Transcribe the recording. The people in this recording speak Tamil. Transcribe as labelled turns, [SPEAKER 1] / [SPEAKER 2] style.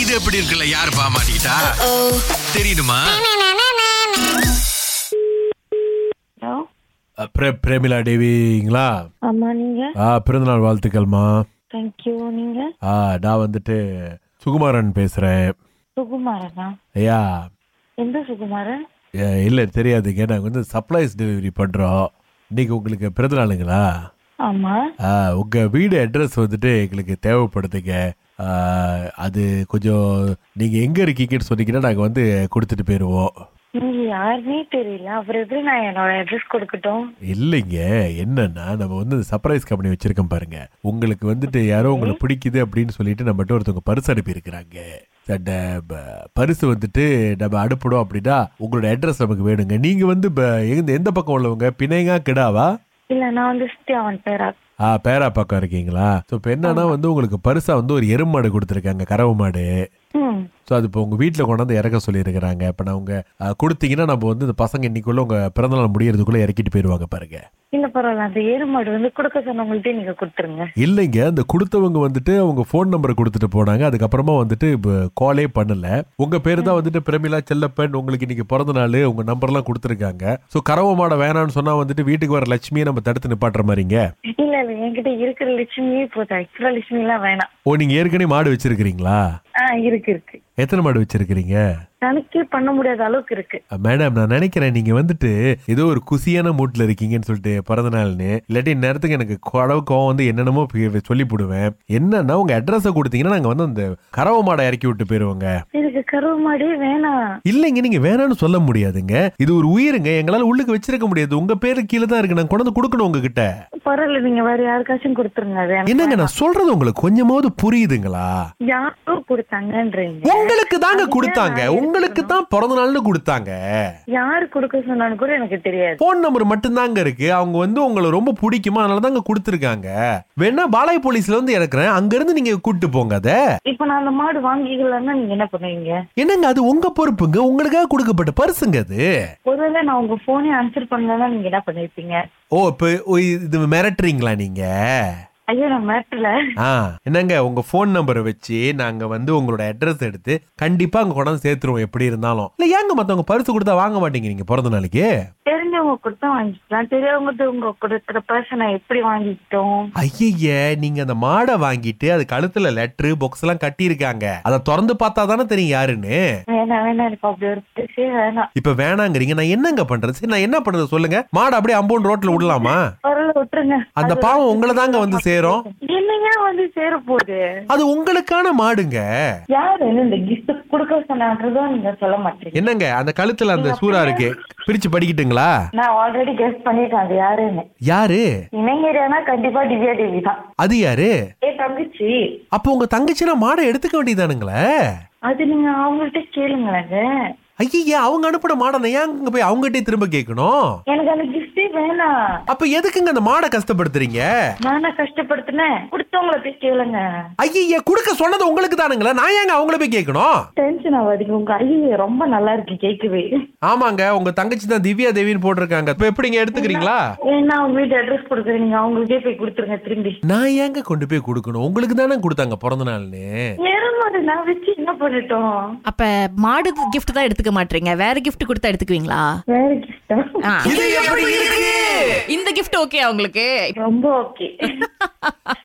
[SPEAKER 1] இது எப்படி இருக்குல்ல யாரு பாமாட்டா தெரியுமா
[SPEAKER 2] ஹலோ
[SPEAKER 3] பிரே பிரேமிலா தேவிங்களா
[SPEAKER 2] ஆமா நீங்க
[SPEAKER 3] ஆ பிறந்தநாள் வாழ்த்துக்கள்மா
[SPEAKER 2] தேங்க்யூ நீங்க
[SPEAKER 3] ஆ நான் வந்துட்டு சுகுமாரன் பேசுகிறேன்
[SPEAKER 2] சுகுமாரனா
[SPEAKER 3] ஐயா
[SPEAKER 2] எந்த சுகுமாரன்
[SPEAKER 3] ஏ, இல்ல தெரியாதுங்க நாங்கள் வந்து சப்ளைஸ் டெலிவரி பண்ணுறோம் இன்னைக்கு உங்களுக்கு பிறந்தநாளுங்களா
[SPEAKER 2] ஆமா
[SPEAKER 3] ஆ, உங்க வீடு அட்ரஸ் வந்துட்டு எங்களுக்கு தேவைப்படுதுங்க ஆ, அது கொஞ்சம் நீங்க எங்க இருக்கீங்கன்னு சொன்னீங்கன்னா நாங்க வந்து கொடுத்துட்டு போயிடுவோம்
[SPEAKER 2] நீங்க யாருன்னே தெரியல அவர் எப்படி நான் என்னோட அட்ரஸ் கொடுக்கட்டும்
[SPEAKER 3] இல்லைங்க என்னன்னா நம்ம வந்து சர்ப்ரைஸ் கம்பெனி வச்சிருக்கோம் பாருங்க உங்களுக்கு வந்துட்டு யாரோ உங்களுக்கு பிடிக்குது அப்படின்னு சொல்லிட்டு நம்மகிட்ட ஒருத்தவங்க பரிசு அனுப்பியிருக்கிறாங்க அந்த ப- பரிசு வந்துட்டு நம்ம அனுப்பணும் அப்படின்னா உங்களோட அட்ரஸ் நமக்கு வேணுங்க நீங்க வந்து ப- எந்த எந்த பக்கம் உள்ளவங்க பிணைங்கா கிடாவா
[SPEAKER 2] இல்ல நான் வந்து சித்தி அவன் பேரா
[SPEAKER 3] ஆ பேரா பக்கம் இருக்கீங்களா ஸோ இப்போ என்னன்னா வந்து உங்களுக்கு பரிசா வந்து ஒரு எருமாடு கொடுத்துருக்காங்க கறவை மாடு
[SPEAKER 2] ம்
[SPEAKER 3] ஸோ அது இப்போ உங்கள் வீட்டில் கொண்டாந்து இறக்க சொல்லியிருக்கிறாங்க இப்போ நான் உங்கள் கொடுத்தீங்கன்னா நம்ம வந்து இந்த பசங்க இன்னைக்குள்ள உங்கள் பிறந்தநாள் முடியறதுக்குள்ளே இறக்கிட்டு போயிடுவாங்க பாருங்க
[SPEAKER 2] இல்ல பரவாயில்ல அந்த எருமாடு வந்து கொடுக்க சொன்னவங்கள்ட்டே நீங்க கொடுத்துருங்க
[SPEAKER 3] இல்லைங்க அந்த கொடுத்தவங்க வந்துட்டு அவங்க ஃபோன் நம்பர் கொடுத்துட்டு போனாங்க அதுக்கப்புறமா வந்துட்டு காலே பண்ணல உங்கள் பேர் தான் வந்துட்டு பிரமிளா செல்லப்பன் உங்களுக்கு இன்னைக்கு பிறந்த நாள் உங்கள் நம்பர்லாம் கொடுத்துருக்காங்க ஸோ கறவை மாடை வேணாம்னு சொன்னால் வந்துட்டு வீட்டுக்கு வர லட்சுமியை நம்ம தடுத்து நிப்பாட்டுற மாதிரிங்க
[SPEAKER 2] இல்ல இல்ல என்கிட்ட இருக்கிற லட்சுமியே போதும் எக்ஸ்ட்ரா லட்சுமி எல்லாம் வேணாம்
[SPEAKER 3] ஓ நீங்கள் ஏற்கனவே மாடு வச்சிருக்கிறீங்களா
[SPEAKER 2] ஆ இருக்கு இருக்கு
[SPEAKER 3] எத்தனை மாடு வச்சிருக்கிறீங்க
[SPEAKER 2] கணக்கே பண்ண முடியாத அளவுக்கு இருக்கு
[SPEAKER 3] மேடம் நான் நினைக்கிறேன் நீங்க வந்துட்டு ஏதோ ஒரு குசியான மூட்ல இருக்கீங்கன்னு சொல்லிட்டு பிறந்த நாள்னு இல்லாட்டி நேரத்துக்கு எனக்கு குழவு கோவம் வந்து என்னென்னமோ பி- சொல்லி போடுவேன் என்னன்னா உங்க அட்ரஸை கொடுத்தீங்கன்னா நாங்க வந்து அந்த கறவை மாடை இறக்கி விட்டு போயிருவோங்க
[SPEAKER 2] எனக்கு கருவ மாடே வேணாம்
[SPEAKER 3] இல்லைங்க நீங்க வேணாம்னு சொல்ல முடியாதுங்க இது ஒரு உயிருங்க எங்களால உள்ளுக்கு வச்சிருக்க முடியாது உங்க பேரு கீழே தான் இருக்கு நான் கொண்டு வந்து கொடுக்கணும் உங்ககிட்ட
[SPEAKER 2] பரவாயில்ல நீங்க வேற யாருக்காச்சும் கொடுத்துருங்க அது எனக்கு
[SPEAKER 3] என்னங்க நான் சொல்றது உங்களுக்கு கொஞ்சமாவது புரியுதுங்களா
[SPEAKER 2] யாரோ கொடுத்தாங்கன்றீங்க
[SPEAKER 3] உங்களுக்கு தாங்க கொடுத்தாங்க உங்களுக்கு தான் பிறந்த நாள்னு கொடுத்தாங்க
[SPEAKER 2] யாரு கொடுக்க சொன்னான்னு கூட எனக்கு தெரியாது
[SPEAKER 3] ஃபோன் நம்பர் மட்டும்தாங்க இருக்கு அவங்க வந்து உங்களை ரொம்ப பிடிக்குமா அதனால தாங்க கொடுத்துருக்காங்க வேணா பாலாய் போலீஸ்ல வந்து இறக்குறேன் அங்கிருந்து நீங்க கூட்டு போங்க அதை
[SPEAKER 2] இப்ப நான் அந்த மாடு வாங்கிக்கலன்னா நீங்க என்ன பண்ணுவீங்க
[SPEAKER 3] என்னங்க அது உங்க பொறுப்புங்க உங்களுக்காக கொடுக்கப்பட்ட பரிசுங்க அது
[SPEAKER 2] ஒருவேளை நான் உங்க போனே ஆன்சர் பண்ணலன்னா நீங்க என்ன பண்ணிருப்பீங்க
[SPEAKER 3] ஓ இப்போ இது மிரட்டுறீங்களா நீங்க
[SPEAKER 2] ஐயோ நான் மேட்டர்ல
[SPEAKER 3] ஆ என்னங்க உங்க ஃபோன் நம்பரை வச்சு நாங்க வந்து உங்களோட அட்ரஸ் எடுத்து கண்டிப்பா அங்க கொண்டாந்து சேர்த்துருவோம் எப்படி இருந்தாலும் இல்ல ஏங்க மத்தவங்க பரிசு கொடுத்தா வாங்க மாட்டேங்கிறீங்க பிறந்த நாளைக்கு
[SPEAKER 2] தெரிஞ்சவங்க கொடுத்தா வாங்கிக்கலாம் தெரியாதவங்க உங்க கொடுக்குற பர்சனை எப்படி வாங்கிக்கிட்டோம்
[SPEAKER 3] ஐயய்ய நீங்க அந்த மாடை வாங்கிட்டு அது கழுத்துல லெட்ரு பாக்ஸ் எல்லாம் கட்டியிருக்காங்க அதை திறந்து பார்த்தா தானே தெரியும் யாருன்னு
[SPEAKER 2] வேணாம் வேணாம் எனக்கு அப்படி ஒரு பேசே வேணாம்
[SPEAKER 3] இப்ப வேணாங்கிறீங்க நான் என்னங்க பண்றது சரி நான் என்ன பண்றது சொல்லுங்க மாடு அப்படியே அம்போன் ரோட்ல விடலாமா
[SPEAKER 2] பரவாயில்ல விட்டுருங்க
[SPEAKER 3] அந்த
[SPEAKER 2] அது
[SPEAKER 3] பாவம் உங்களை தாங்க வந்து சேரும்
[SPEAKER 2] என்னங்க வந்து சேர போகுது
[SPEAKER 3] அது உங்களுக்கான மாடுங்க
[SPEAKER 2] யாரு வந்து இந்த கிஃப்ட் கொடுக்க சொன்னான்றதும் நீங்க சொல்ல மாட்டீங்க
[SPEAKER 3] என்னங்க அந்த கழுத்துல அந்த சூறா இருக்கு பிரிச்சு படிக்கிட்டுங்களா
[SPEAKER 2] நான் ஆல்ரெடி கெஸ் பண்ணிட்டேன் அது யாருன்னு
[SPEAKER 3] யாரு
[SPEAKER 2] இணைஞரானா கண்டிப்பா திவ்யா தேவி தான்
[SPEAKER 3] அது யாரு
[SPEAKER 2] ஏ தங்கச்சி
[SPEAKER 3] அப்போ உங்க தங்கச்சினா மாடை எடுத்துக்க வேண்டியதானுங்களே
[SPEAKER 2] அது நீங்க அவங்கள்ட்ட கேளுங்களேங்க
[SPEAKER 3] ஐயா அவங்க அனுப்பின மாடை நான் ஏங்க போய் அவங்ககிட்டயே திரும்ப கேட்கணும்
[SPEAKER 2] எனக்கு அந்த கிஃப்டே வேணாம்
[SPEAKER 3] அப்ப எதுக்குங்க அந்த மாடை கஷ்டப்படுத்துறீங்க
[SPEAKER 2] நானா கஷ்டப்படுத்தினேன் கொடுத்தவங்கள போய் கேளுங்க
[SPEAKER 3] ஐயா கொடுக்க சொன்னது உங்களுக்கு தானுங்களே நான் ஏங்க அவங்கள போய் கேட்கணும்
[SPEAKER 2] டென்ஷன் ஆகாதீங்க உங்க ஐயோ ரொம்ப நல்லா இருக்கு கேட்கவே
[SPEAKER 3] ஆமாங்க உங்க தங்கச்சி தான் திவ்யா தேவின்னு போட்டிருக்காங்க இப்ப எப்படிங்க எடுத்துக்கிறீங்களா
[SPEAKER 2] ஏன்னா அவங்க வீட்டு அட்ரஸ் கொடுக்குறேன் நீங்க அவங்களுக்கே போய் கொடுத்துருங்க திரும்பி
[SPEAKER 3] நான் ஏங்க கொண்டு போய் கொடுக்கணும் உங்களுக்கு தானே கொடுத்தாங்க பிறந்த நாள்னு
[SPEAKER 2] நேரமாடு நான் வச்சு என்ன பண்ணட்டும்
[SPEAKER 4] அப்ப மாடு கிஃப்ட் தான் எடுத்துக்க மாட்டீங்க வேற கிஃப்ட் கொடுத்தா எடுத்துக்குவீங்களா
[SPEAKER 2] வேற கிஃப்டா
[SPEAKER 4] ஆ.
[SPEAKER 3] இது எப்படி இருக்கு
[SPEAKER 4] இந்த கிஃப்ட் ஓகே உங்களுக்கு
[SPEAKER 2] ரொம்ப ஓகே